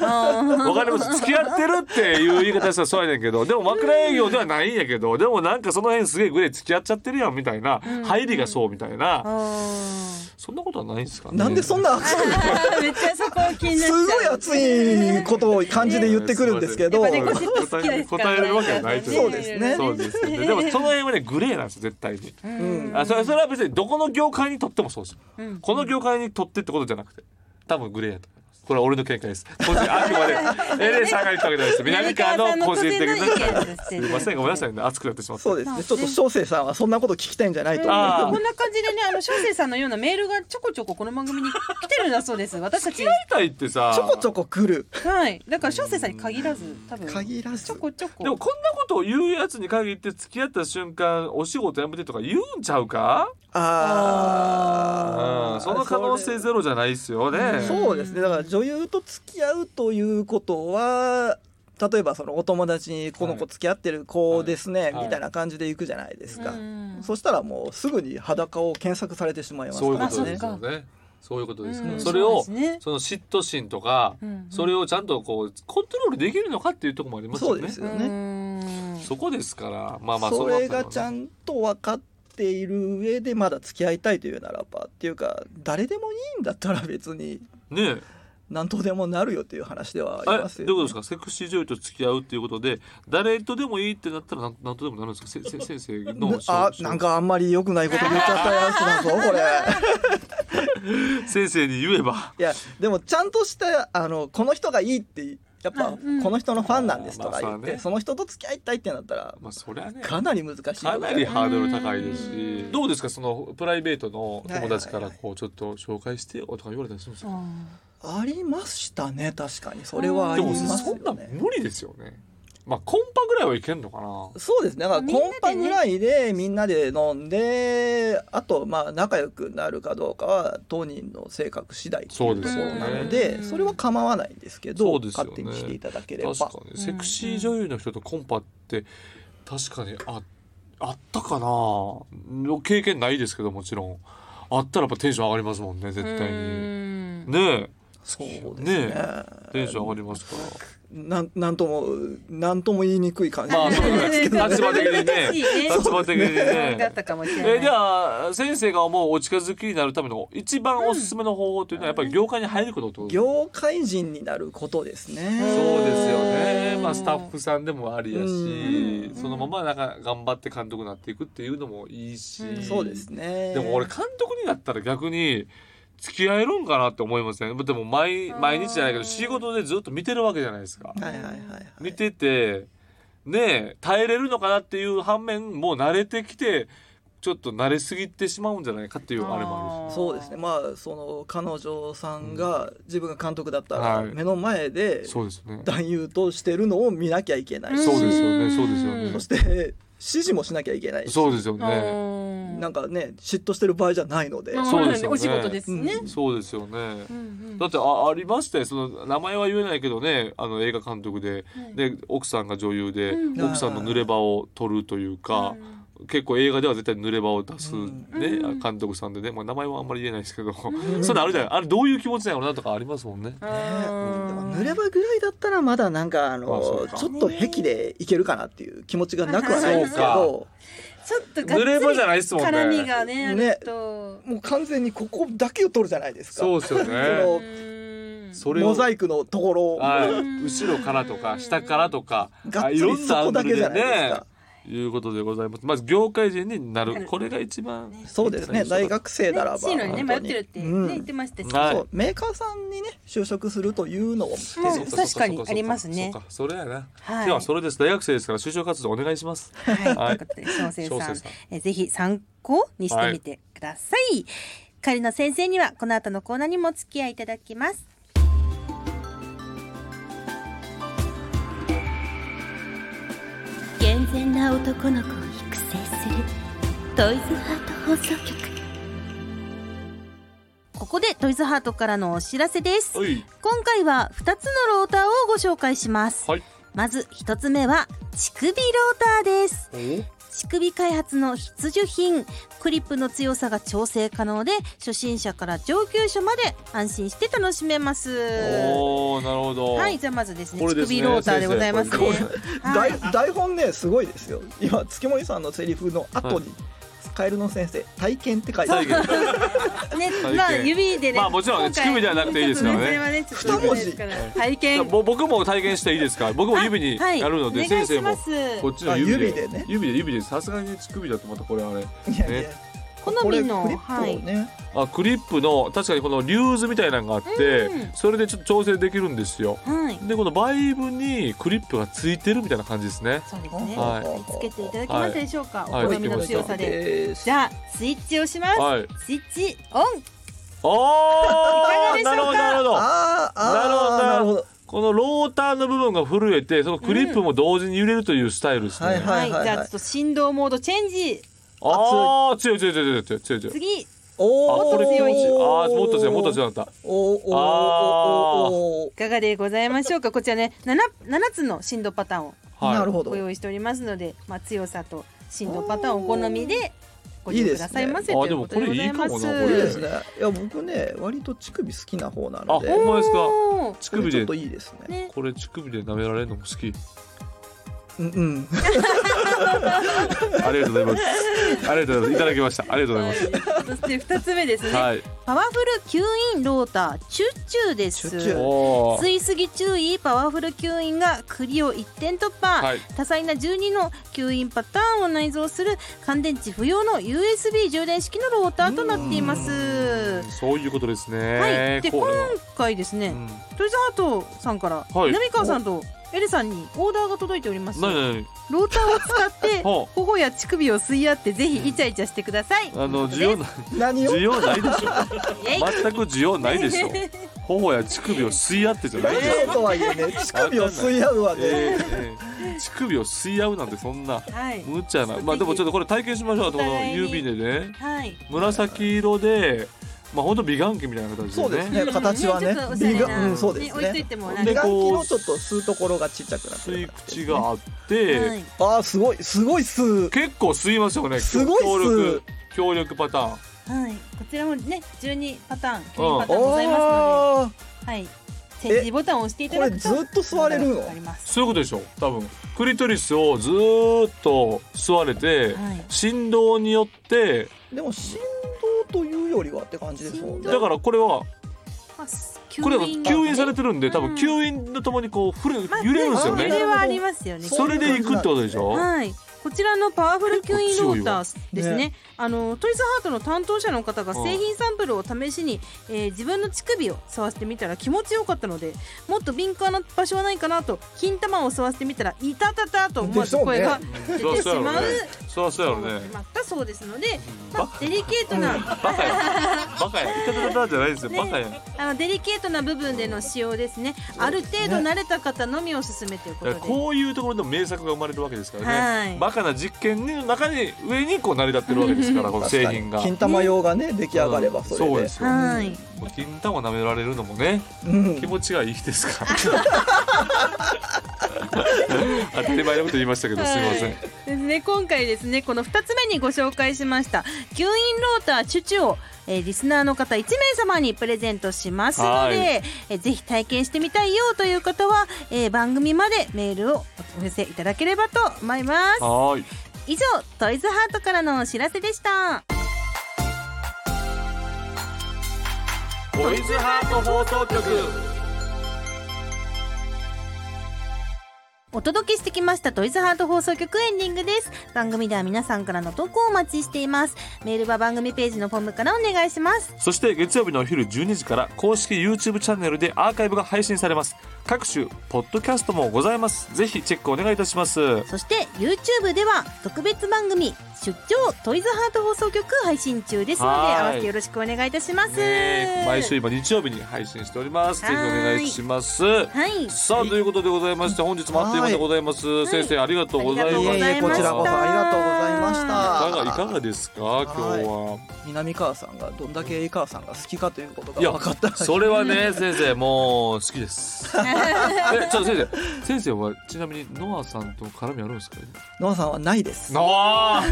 Speaker 2: あ
Speaker 1: わかります付き合ってるっていう言い方したらそうやねんけどでも枕営業ではないんやけどでもなんかその辺すげえグレー付き合っちゃってるやんみたいな
Speaker 2: うん
Speaker 1: 入りがそうみたい
Speaker 2: ー
Speaker 1: な
Speaker 2: あ
Speaker 1: そんなことはないんですかね
Speaker 3: なんでそんな熱い、
Speaker 2: ーめっちゃそこを気になっちゃ
Speaker 3: す
Speaker 2: う
Speaker 3: ごい熱いことを感じで言ってくるんですけど
Speaker 2: やっ。ぱねゴシップ好きですから
Speaker 1: 答えるわけはないと
Speaker 3: そうですね
Speaker 1: そうですよねでもその辺はねグレーなんですよ絶対に
Speaker 2: う
Speaker 3: うん
Speaker 1: あそれそれは別にどこの業界にとってもそうですよ
Speaker 2: うん
Speaker 1: この業界にとってってことじゃなくて多分グレーやと思いますこれは俺の見解です個人あくまでエレンさんが言ったわけじゃないです南川の個人的なすいませんごめんなさいね熱くなってしまって
Speaker 3: そうですね。ちょっと小生さんはそんなこと聞きたいんじゃないと思う。
Speaker 1: あー
Speaker 2: こんな感じでねあの小生さんのようなメールがちょこちょここの番組に来てるんだそうです私たち
Speaker 1: たいってさ
Speaker 3: ちょこちょこ来る。
Speaker 2: はいだから小生さんに限らず多分
Speaker 3: 限らず
Speaker 2: ちょこちょこ
Speaker 1: でもこんなことを言うやつに限って付き合った瞬間お仕事辞めてとか言うんちゃうか、う
Speaker 3: ああ。
Speaker 1: ん、その可能性ゼロじゃないですよね。
Speaker 3: そうですねだから女優と付き合うということは例えばそのお友達にこの子付き合ってる子ですね、
Speaker 1: はい
Speaker 3: みたいな感じで行くじゃないですか、
Speaker 2: うん
Speaker 3: そしたらもうすぐに裸を検索されてしまいます
Speaker 1: そ
Speaker 3: か
Speaker 1: ういうこ
Speaker 3: ら
Speaker 1: と
Speaker 2: そう
Speaker 1: で
Speaker 2: ですす
Speaker 1: よ
Speaker 2: よ
Speaker 1: ね。そういうことです
Speaker 2: う
Speaker 1: から、
Speaker 2: ん
Speaker 1: それをそ
Speaker 2: そ
Speaker 1: う
Speaker 2: ですね
Speaker 1: の嫉妬心とか、
Speaker 2: うんうん
Speaker 1: それをちゃんとこうコントロールできるのかっていうところもありますよ
Speaker 3: そう
Speaker 1: ね。
Speaker 3: ですよ
Speaker 2: うーん
Speaker 1: そこですからまあまあ
Speaker 3: それがちゃ
Speaker 1: ん
Speaker 3: んと分かっている上でまだ付き合いたいというならばっていうか誰でもいいんだったら別に
Speaker 1: ねえ
Speaker 3: 何とでもなるよっていう話ではあ
Speaker 1: あれ
Speaker 3: り
Speaker 1: ど
Speaker 3: ま
Speaker 1: う
Speaker 3: す
Speaker 1: いう
Speaker 3: よ、ね、
Speaker 1: ことですかセクシー女優と付き合うっていうことで誰とでもいいってなったらなんなんとでもなるんですかせせ先生の
Speaker 3: あなんかあんまり良くないこと言っちゃったやつだぞ これ。
Speaker 1: 先生に言えば。
Speaker 3: いやでもちゃんとしたあのこの人がいいってやっぱ、
Speaker 2: うん
Speaker 3: この人のファンなんですと
Speaker 1: ま
Speaker 3: か言
Speaker 1: あ
Speaker 3: っ
Speaker 1: まあ
Speaker 3: て、
Speaker 1: そうね
Speaker 3: その人と付き合いたいってなったら
Speaker 1: まあそりゃね。
Speaker 3: かなり難しいので
Speaker 1: かなりハードル高いですしどうですかそのプライベートの友達からこうちょっと紹介してよとか言われたりするんですか、
Speaker 2: あ
Speaker 3: ありましたね確かにそれはあ
Speaker 1: で
Speaker 3: り
Speaker 1: も
Speaker 3: ま
Speaker 1: さ
Speaker 3: す
Speaker 1: そ
Speaker 3: よ
Speaker 1: んなん
Speaker 3: ね
Speaker 1: 無理ですよねまあコンパぐらいはいけんのかな
Speaker 3: そうですねだから
Speaker 2: みんなで
Speaker 3: コン
Speaker 2: ね
Speaker 3: パぐらいでみんなで飲んであとまあ仲良くなるかどうかは当人の性格次第っていうところなの
Speaker 1: そうです
Speaker 2: よ
Speaker 3: で
Speaker 2: ね
Speaker 3: それは構わないんですけ
Speaker 1: そ
Speaker 3: ど
Speaker 1: うですよね
Speaker 3: 勝手にしていただければ
Speaker 1: 確かにセクシー女優の人とコンパって確かにああったかなの経験ないですけどもちろんあったらやっぱテンション上がりますもんね絶対に
Speaker 2: に
Speaker 1: ね
Speaker 3: そうです
Speaker 1: ね
Speaker 3: ね
Speaker 1: えテンション上がりますから
Speaker 3: なんなんともなんとも言いにくい感じ、
Speaker 1: まあそうだね
Speaker 2: ね
Speaker 1: 立場的 にね立場的に
Speaker 2: だっ
Speaker 1: ね
Speaker 2: たかもしれない。
Speaker 1: えじゃあ先生が思うお近づきになるための一番おすすめの方法というのはやっぱり業界に入ることってことですか
Speaker 3: 業界人になることです
Speaker 1: そ
Speaker 3: ね。
Speaker 1: うですよね、まあ、スタッフさんでもありやし
Speaker 2: うん
Speaker 1: そのままなんか頑張って監督になっていくっていうのもいいし、
Speaker 2: うん
Speaker 3: そうですね。
Speaker 1: でも俺監督になったら逆に付き合えるんかなって思いますねでも毎毎日じゃないけど仕事でずっと見てるわけじゃないですか。
Speaker 3: はいはいはいはい。
Speaker 1: 見ててねえ耐えれるのかなっていう反面もう慣れてきてちょっと慣れすぎてしまうんじゃないかっていうあれもあるし。
Speaker 3: そうですね。まあその彼女さんが自分が監督だったら
Speaker 1: はい
Speaker 3: 目の前で
Speaker 1: そうですね。
Speaker 3: 男優としてるのを見なきゃいけないし、
Speaker 1: そうですよねそうですよね
Speaker 3: そして指示もしなきゃいけないし、
Speaker 1: そうですよね。
Speaker 2: ね
Speaker 3: なんかね嫉妬してる場合じゃないので、
Speaker 1: そうですよね
Speaker 2: お仕事ですね。
Speaker 1: そうですよね。
Speaker 2: うんうん
Speaker 1: だってあありましたよその名前は言えないけどねあの映画監督で
Speaker 2: はい
Speaker 1: で奥さんが女優で、
Speaker 2: うん
Speaker 1: 奥さんの濡れ場を取るというか、結構映画では絶対濡れ場を出す、
Speaker 3: うん
Speaker 1: ね
Speaker 2: うん
Speaker 1: 監督さんでね、まあ、名前はあんまり言えないですけど、 そういうのあるじゃないあれどういう気持ちなのかなとかありますもんね。
Speaker 2: うん
Speaker 3: ねでも濡れ場ぐらいだったらまだなんかあ
Speaker 1: まあそう
Speaker 3: の
Speaker 1: か
Speaker 3: ちょっと癖でいけるかなっていう気持ちがなくはないですけ
Speaker 1: そ
Speaker 3: ど。
Speaker 2: ちょっとがっ
Speaker 1: 濡
Speaker 2: つり
Speaker 1: れ場じゃないですもんね。
Speaker 2: 絡みがねあると。
Speaker 3: もう完全にここだけを取るじゃないですか。
Speaker 1: そうですよね。
Speaker 3: そ
Speaker 2: うん
Speaker 1: それを
Speaker 3: モザイクのところを
Speaker 1: はい、後ろからとか下からとか、
Speaker 3: が
Speaker 1: あ
Speaker 3: っつりそこだけじゃないですか。
Speaker 1: いうことでございます。まず業界人になる、これが一番。
Speaker 3: そうですね。大学生ならば。
Speaker 2: 進路にね迷
Speaker 3: 本
Speaker 2: っ
Speaker 3: 当
Speaker 2: てるってね
Speaker 3: うん
Speaker 2: 言ってましたし。
Speaker 1: はい
Speaker 3: そうメーカーさんにね就職するというのを
Speaker 2: うん
Speaker 1: そうそうそうそう
Speaker 2: 確かにありますね
Speaker 1: そうか、そうかそれやな。
Speaker 2: はい
Speaker 1: ではそれです。大学生ですから就職活動お願いします。
Speaker 2: はい、ということで、小生さん、
Speaker 1: 小生さん
Speaker 4: えぜひ参考にしてみてください。カリナ先生にはこの後のコーナーにもお付き合いいただきます。健全な男の子を育成するトイズハート放送局ここでトイズハートからのお知らせです
Speaker 1: はい。
Speaker 4: 今回は2つのローターをご紹介します
Speaker 1: はい。
Speaker 4: まず1つ目は乳首ローターです乳首開発の必需品クリップの強さが調整可能で初心者から上級者まで安心して楽しめます
Speaker 1: おお、なるほど。
Speaker 4: はいじゃあまずですね
Speaker 1: これですね
Speaker 4: 乳首ローターでございますね
Speaker 1: 先生
Speaker 4: はい
Speaker 3: 台台本ねすごいですよ。今月森さんのセリフの後に、カエルの先生体験って書いてあ
Speaker 1: 最
Speaker 3: る
Speaker 1: 後。
Speaker 2: ね
Speaker 1: 験、
Speaker 2: まあ指でね。
Speaker 1: まあもちろんね
Speaker 2: 今回
Speaker 1: 乳首ではなくていいですからね
Speaker 2: ちょっと それはね
Speaker 3: 二文字。
Speaker 2: ちょっとあれですから体験。
Speaker 1: ぼ僕も体験していいですか。僕も指に
Speaker 4: あはい
Speaker 1: やるので、
Speaker 2: お
Speaker 1: 先
Speaker 2: 願い
Speaker 1: 生
Speaker 2: しま
Speaker 1: も
Speaker 2: す。
Speaker 1: こっちの指で。
Speaker 3: あ指でね
Speaker 1: 指で指でさすがに乳首だとまたこれあれ。
Speaker 3: いやいや
Speaker 1: ね
Speaker 4: 好みの
Speaker 3: これクリップをね、
Speaker 1: あクリップの確かにこのリューズみたいなのがあって、
Speaker 4: うん
Speaker 1: それでちょっと調整できるんですよ。
Speaker 4: はい
Speaker 1: でこのバイブにクリップがついてるみたいな感じですね。
Speaker 4: そうですね、
Speaker 1: は
Speaker 4: つけていただけますでしょうか、
Speaker 1: はい
Speaker 4: お好みの強さで、
Speaker 3: で
Speaker 4: じゃあスイッチをします、
Speaker 1: はい。
Speaker 4: スイッチオン
Speaker 1: ああ、
Speaker 2: いかがでしょうか
Speaker 1: なるほどなるほど。
Speaker 3: あーあー
Speaker 1: な
Speaker 3: な
Speaker 1: る
Speaker 3: る
Speaker 1: ほ
Speaker 3: ほ
Speaker 1: ど
Speaker 3: ど。
Speaker 1: このローターの部分が震えてそのクリップも同時に揺れるというスタイルですね。
Speaker 3: はいはい
Speaker 2: はい、じゃあちょっと振動モードチェンジ。
Speaker 1: ああ強い強い強い強い強い強い。
Speaker 2: 次、
Speaker 1: あ
Speaker 3: お
Speaker 1: これ気持ちいい。あーもっと強いもっと
Speaker 3: い。
Speaker 1: 強いなった。
Speaker 3: おーおー
Speaker 1: あー
Speaker 3: おーおー
Speaker 2: いかがでございましょうか。こちらね、七七つの振動パターンを
Speaker 1: はい。
Speaker 3: なるほど
Speaker 2: ご。用意しておりますので、まあ強さと振動パターンをお好みでご利用くださいませ
Speaker 1: いい
Speaker 2: と
Speaker 1: ですね
Speaker 2: いうことでございます。
Speaker 1: あでもこ
Speaker 3: いい
Speaker 1: れ
Speaker 3: ですね。いや僕ね割と乳首好きな方な
Speaker 1: あ
Speaker 3: ので、
Speaker 1: ほんまですか。
Speaker 2: おー
Speaker 1: 乳
Speaker 3: これ
Speaker 1: 首
Speaker 3: ちょっ
Speaker 1: で
Speaker 3: といいですね。
Speaker 2: ね、
Speaker 1: これ乳首で舐められるのも好き。
Speaker 3: うん うん。
Speaker 1: ありがとうございます。ありがとうございます。いただきました。ありがとうござい
Speaker 2: は
Speaker 1: ま
Speaker 2: い
Speaker 1: す。
Speaker 2: そして二つ目ですね。
Speaker 1: はい。
Speaker 4: パワフル吸引ローターチュッチュです
Speaker 3: チュッチュ
Speaker 1: おー
Speaker 4: 吸いすぎ注意パワフル吸引が栗を一点突破、
Speaker 1: はい
Speaker 4: 多彩な12の吸引パターンを内蔵する乾電池不要の USB 充電式のローターとなっています。
Speaker 1: そういうことです
Speaker 4: は
Speaker 1: ね
Speaker 4: い、。で
Speaker 1: こ
Speaker 4: 今
Speaker 1: れ
Speaker 4: 回ですね、
Speaker 1: うん
Speaker 4: トイズハートさんから
Speaker 1: はい
Speaker 4: 浪川さんとエレさんにオーダーが届いております。
Speaker 1: 何何
Speaker 2: ローターを使っ て
Speaker 1: ほう
Speaker 2: 頬や乳首を吸い合ってぜひイチャイチャしてください。
Speaker 1: あの需要な
Speaker 3: 何を
Speaker 1: 需要ないでしょ
Speaker 2: えい
Speaker 1: 全く需要ないでしょ頬や乳首を吸い合ってじゃない
Speaker 3: ダ
Speaker 1: でしょ
Speaker 3: イエットはいえね乳首を吸い合うわね、
Speaker 1: えーえー乳首を吸い合うなんてそんな
Speaker 2: はい
Speaker 1: 無茶なまあでもちょっとこれ体験しましょうこ
Speaker 2: お
Speaker 1: の
Speaker 2: 互いに
Speaker 1: 指でね
Speaker 2: はい。
Speaker 1: 紫色でまあほんと美顔器みたいな形
Speaker 3: そう
Speaker 1: で
Speaker 3: ですね
Speaker 1: ね
Speaker 3: 形はね
Speaker 2: ちょっとおしゃ
Speaker 3: 美
Speaker 2: れな
Speaker 3: 顔うんそうです
Speaker 2: 置いとい
Speaker 3: ね
Speaker 2: てもら
Speaker 1: で
Speaker 3: 美
Speaker 2: え
Speaker 1: こ
Speaker 3: 顔器
Speaker 1: う
Speaker 3: のちょっと吸うところがちっちゃくなって
Speaker 1: 吸い
Speaker 3: る
Speaker 1: 口があって、
Speaker 2: はい
Speaker 3: あーすごいすごい吸う
Speaker 1: 結構吸いますよね
Speaker 3: すごい吸
Speaker 1: 強
Speaker 3: う
Speaker 1: 力強力パターン
Speaker 2: はい。こちらもね12パターン12パターンございますの
Speaker 3: あー
Speaker 2: で、はい。チェンジボタンを押していただくと
Speaker 3: これずっと座れるの
Speaker 2: わかります
Speaker 1: そういうことでしょ多分クリトリスをずーっと吸われて、
Speaker 2: はい
Speaker 1: 振動によって
Speaker 3: でも振動というよりはって感じですもんね
Speaker 1: だからこれは
Speaker 2: まあ
Speaker 1: これは
Speaker 2: 吸引
Speaker 1: 吸引されてるんで多
Speaker 2: う
Speaker 1: 分
Speaker 2: ん
Speaker 1: 吸引とともにこう振る
Speaker 2: まあ
Speaker 1: 揺れるんですよ
Speaker 2: 揺れ
Speaker 1: ね
Speaker 2: はありますよね。
Speaker 1: それでいくってことでしょ
Speaker 2: はい。こちらのパワフル吸引ローターですね。あのトイズハートの担当者の方が
Speaker 1: うん
Speaker 2: 製品サンプルを試しに、えー自分の乳首を触ってみたら気持ちよかったので、もっと敏感な場所はないかなと金玉を触ってみたらいたたたと思わず声が出
Speaker 1: そう
Speaker 2: てし
Speaker 1: そうや
Speaker 2: ま
Speaker 1: ろ
Speaker 2: う
Speaker 1: ね。そうそうやろね
Speaker 2: またそうですので、まあ、デリケートな、
Speaker 1: バカやバカやいたたたたじゃないですよバカや
Speaker 2: あのデリケートな部分での使用ですね。ある程度慣れた方のみを勧めているこ
Speaker 1: だから
Speaker 2: とで。
Speaker 1: こういうところでも名作が生まれるわけですからね、
Speaker 2: はい
Speaker 1: バカな実験の中に上にこう成り立ってるわけですからこの製品が
Speaker 3: 確かに金玉用がね出来上がればそれで、
Speaker 1: うんそうですよ
Speaker 2: はい。
Speaker 1: もう金玉舐められるのもね
Speaker 3: うん
Speaker 1: 気持ちがいいですから 当たり前のこと言いましたけどすいません、
Speaker 2: はいですね今回ですねこの2つ目にご紹介しました吸引ローターチュチュを、えーリスナーの方1名様にプレゼントしますの
Speaker 1: は
Speaker 2: で、えーぜひ体験してみたいよという方は、えー番組までメールをお寄せいただければと思います
Speaker 1: はーい
Speaker 2: 以上トイズハートからのお知らせでした
Speaker 1: ボイズハート放送局
Speaker 2: お届けしてきましたトイズハート放送局エンディングです番組では皆さんからの投稿をお待ちしていますメールは番組ページのフォームからお願いします
Speaker 1: そして月曜日のお昼12時から公式 YouTube チャンネルでアーカイブが配信されます各種ポッドキャストもございますぜひチェックお願いいたします
Speaker 2: そして YouTube では特別番組出張トイズハート放送局配信中ですので
Speaker 1: はーい
Speaker 2: 合わせてよろしくお願いいたします、
Speaker 1: ね毎週今日曜日に配信しておりますぜひお願いします
Speaker 2: はい
Speaker 1: さあということでございまして本日もあっという間でございます、先生ありがとうござい
Speaker 2: ありがとうご
Speaker 1: ます
Speaker 2: ざい
Speaker 1: い
Speaker 2: ま
Speaker 1: か
Speaker 2: す
Speaker 3: えいえこちらこそありがとうございまし
Speaker 1: がい
Speaker 3: た
Speaker 1: かがですか今日は
Speaker 3: 南川さんがどんだけ江川さんが好きかということが
Speaker 1: いや
Speaker 3: 分かった
Speaker 1: それはね先生もう好きです えちょっと先生先生はちなみにノアさんと絡みあるんですか
Speaker 3: ノアさんはないです
Speaker 1: ノア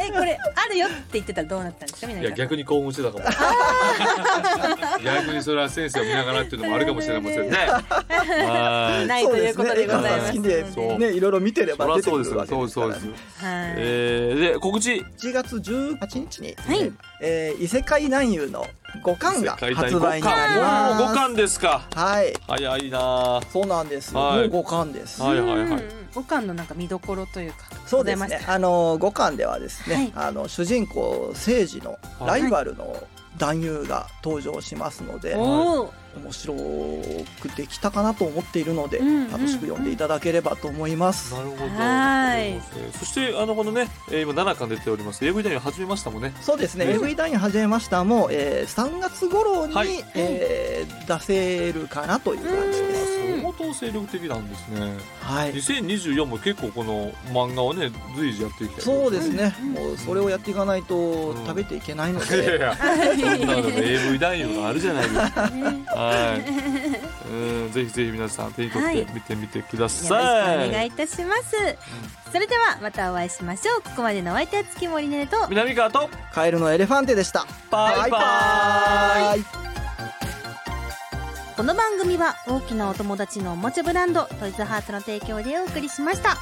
Speaker 2: えこれあるよって言ってたらどうなったんですか
Speaker 1: い
Speaker 2: 皆
Speaker 1: や
Speaker 2: さん
Speaker 1: 逆に興奮してた かも逆にそれは先生を見ながらっていうのもあるかもしれま せんねはい
Speaker 2: ないということでございますの
Speaker 3: そう
Speaker 2: で
Speaker 3: で
Speaker 2: ね
Speaker 3: す
Speaker 1: ね江川さん好きで
Speaker 3: ねいろいろ見てれ
Speaker 1: そ
Speaker 3: ば
Speaker 1: りゃ
Speaker 3: 出て
Speaker 1: そ
Speaker 3: く
Speaker 1: うです
Speaker 3: る
Speaker 1: よ
Speaker 3: わけ
Speaker 1: そう
Speaker 3: で
Speaker 1: ですそう
Speaker 3: か
Speaker 1: で
Speaker 3: ら
Speaker 1: す
Speaker 3: ね
Speaker 2: はい
Speaker 1: えー、で告知
Speaker 3: 1月18日に、
Speaker 2: はい
Speaker 3: えー異世界男優の五巻が
Speaker 1: 世界大
Speaker 3: 発売になり
Speaker 1: 五
Speaker 3: ます
Speaker 1: 巻もう五巻ですか
Speaker 3: はい
Speaker 1: 早いなは
Speaker 3: そうなんですよ、
Speaker 1: はい
Speaker 3: もう五巻です、
Speaker 1: いはいは
Speaker 2: うんうん
Speaker 1: い
Speaker 2: 五感のなんか見どころというか
Speaker 3: そうです
Speaker 2: ござい
Speaker 3: ね
Speaker 2: まし。
Speaker 3: あの五巻ではですね、
Speaker 2: はい
Speaker 3: あの主人公政治のライバルの男優が登場しますので、
Speaker 2: たおお
Speaker 3: 面白くできたかなと思っているので、
Speaker 2: うんうんうん
Speaker 3: 楽しく読んでいただければと思います。
Speaker 1: なるほど
Speaker 2: はい
Speaker 1: そしてあのこのねえー今七巻出ております AV ダイヤ始めましたもんね
Speaker 3: そうですね、
Speaker 1: うん
Speaker 3: AV 団員始めましたも、えー、3月頃に、
Speaker 1: はい
Speaker 3: えー出せるかなという感じです。
Speaker 2: うん
Speaker 1: 相当精力的なんですね
Speaker 3: はい、
Speaker 1: 2024も結構この漫画をね随時やっていきたい
Speaker 3: そう
Speaker 1: す
Speaker 3: ですね、
Speaker 2: うん
Speaker 3: もうそれをやっていかないと
Speaker 1: うん
Speaker 3: 食べていけないの
Speaker 1: い やい
Speaker 3: で、
Speaker 1: やそんなので AV 男優があるじゃないですかはいうんぜひぜひ皆さん手に取って見てみてくだ
Speaker 2: よろ
Speaker 1: さい、
Speaker 2: しくお願いいたします、それではまたお会いしましょうここまでのお相手は月森ねねと
Speaker 1: 南川と
Speaker 3: カエルのエレファンテでした。
Speaker 1: バイバイ
Speaker 3: イ
Speaker 2: この番組は大きなお友達のおもちゃブランドトイズハートの提供でお送りしました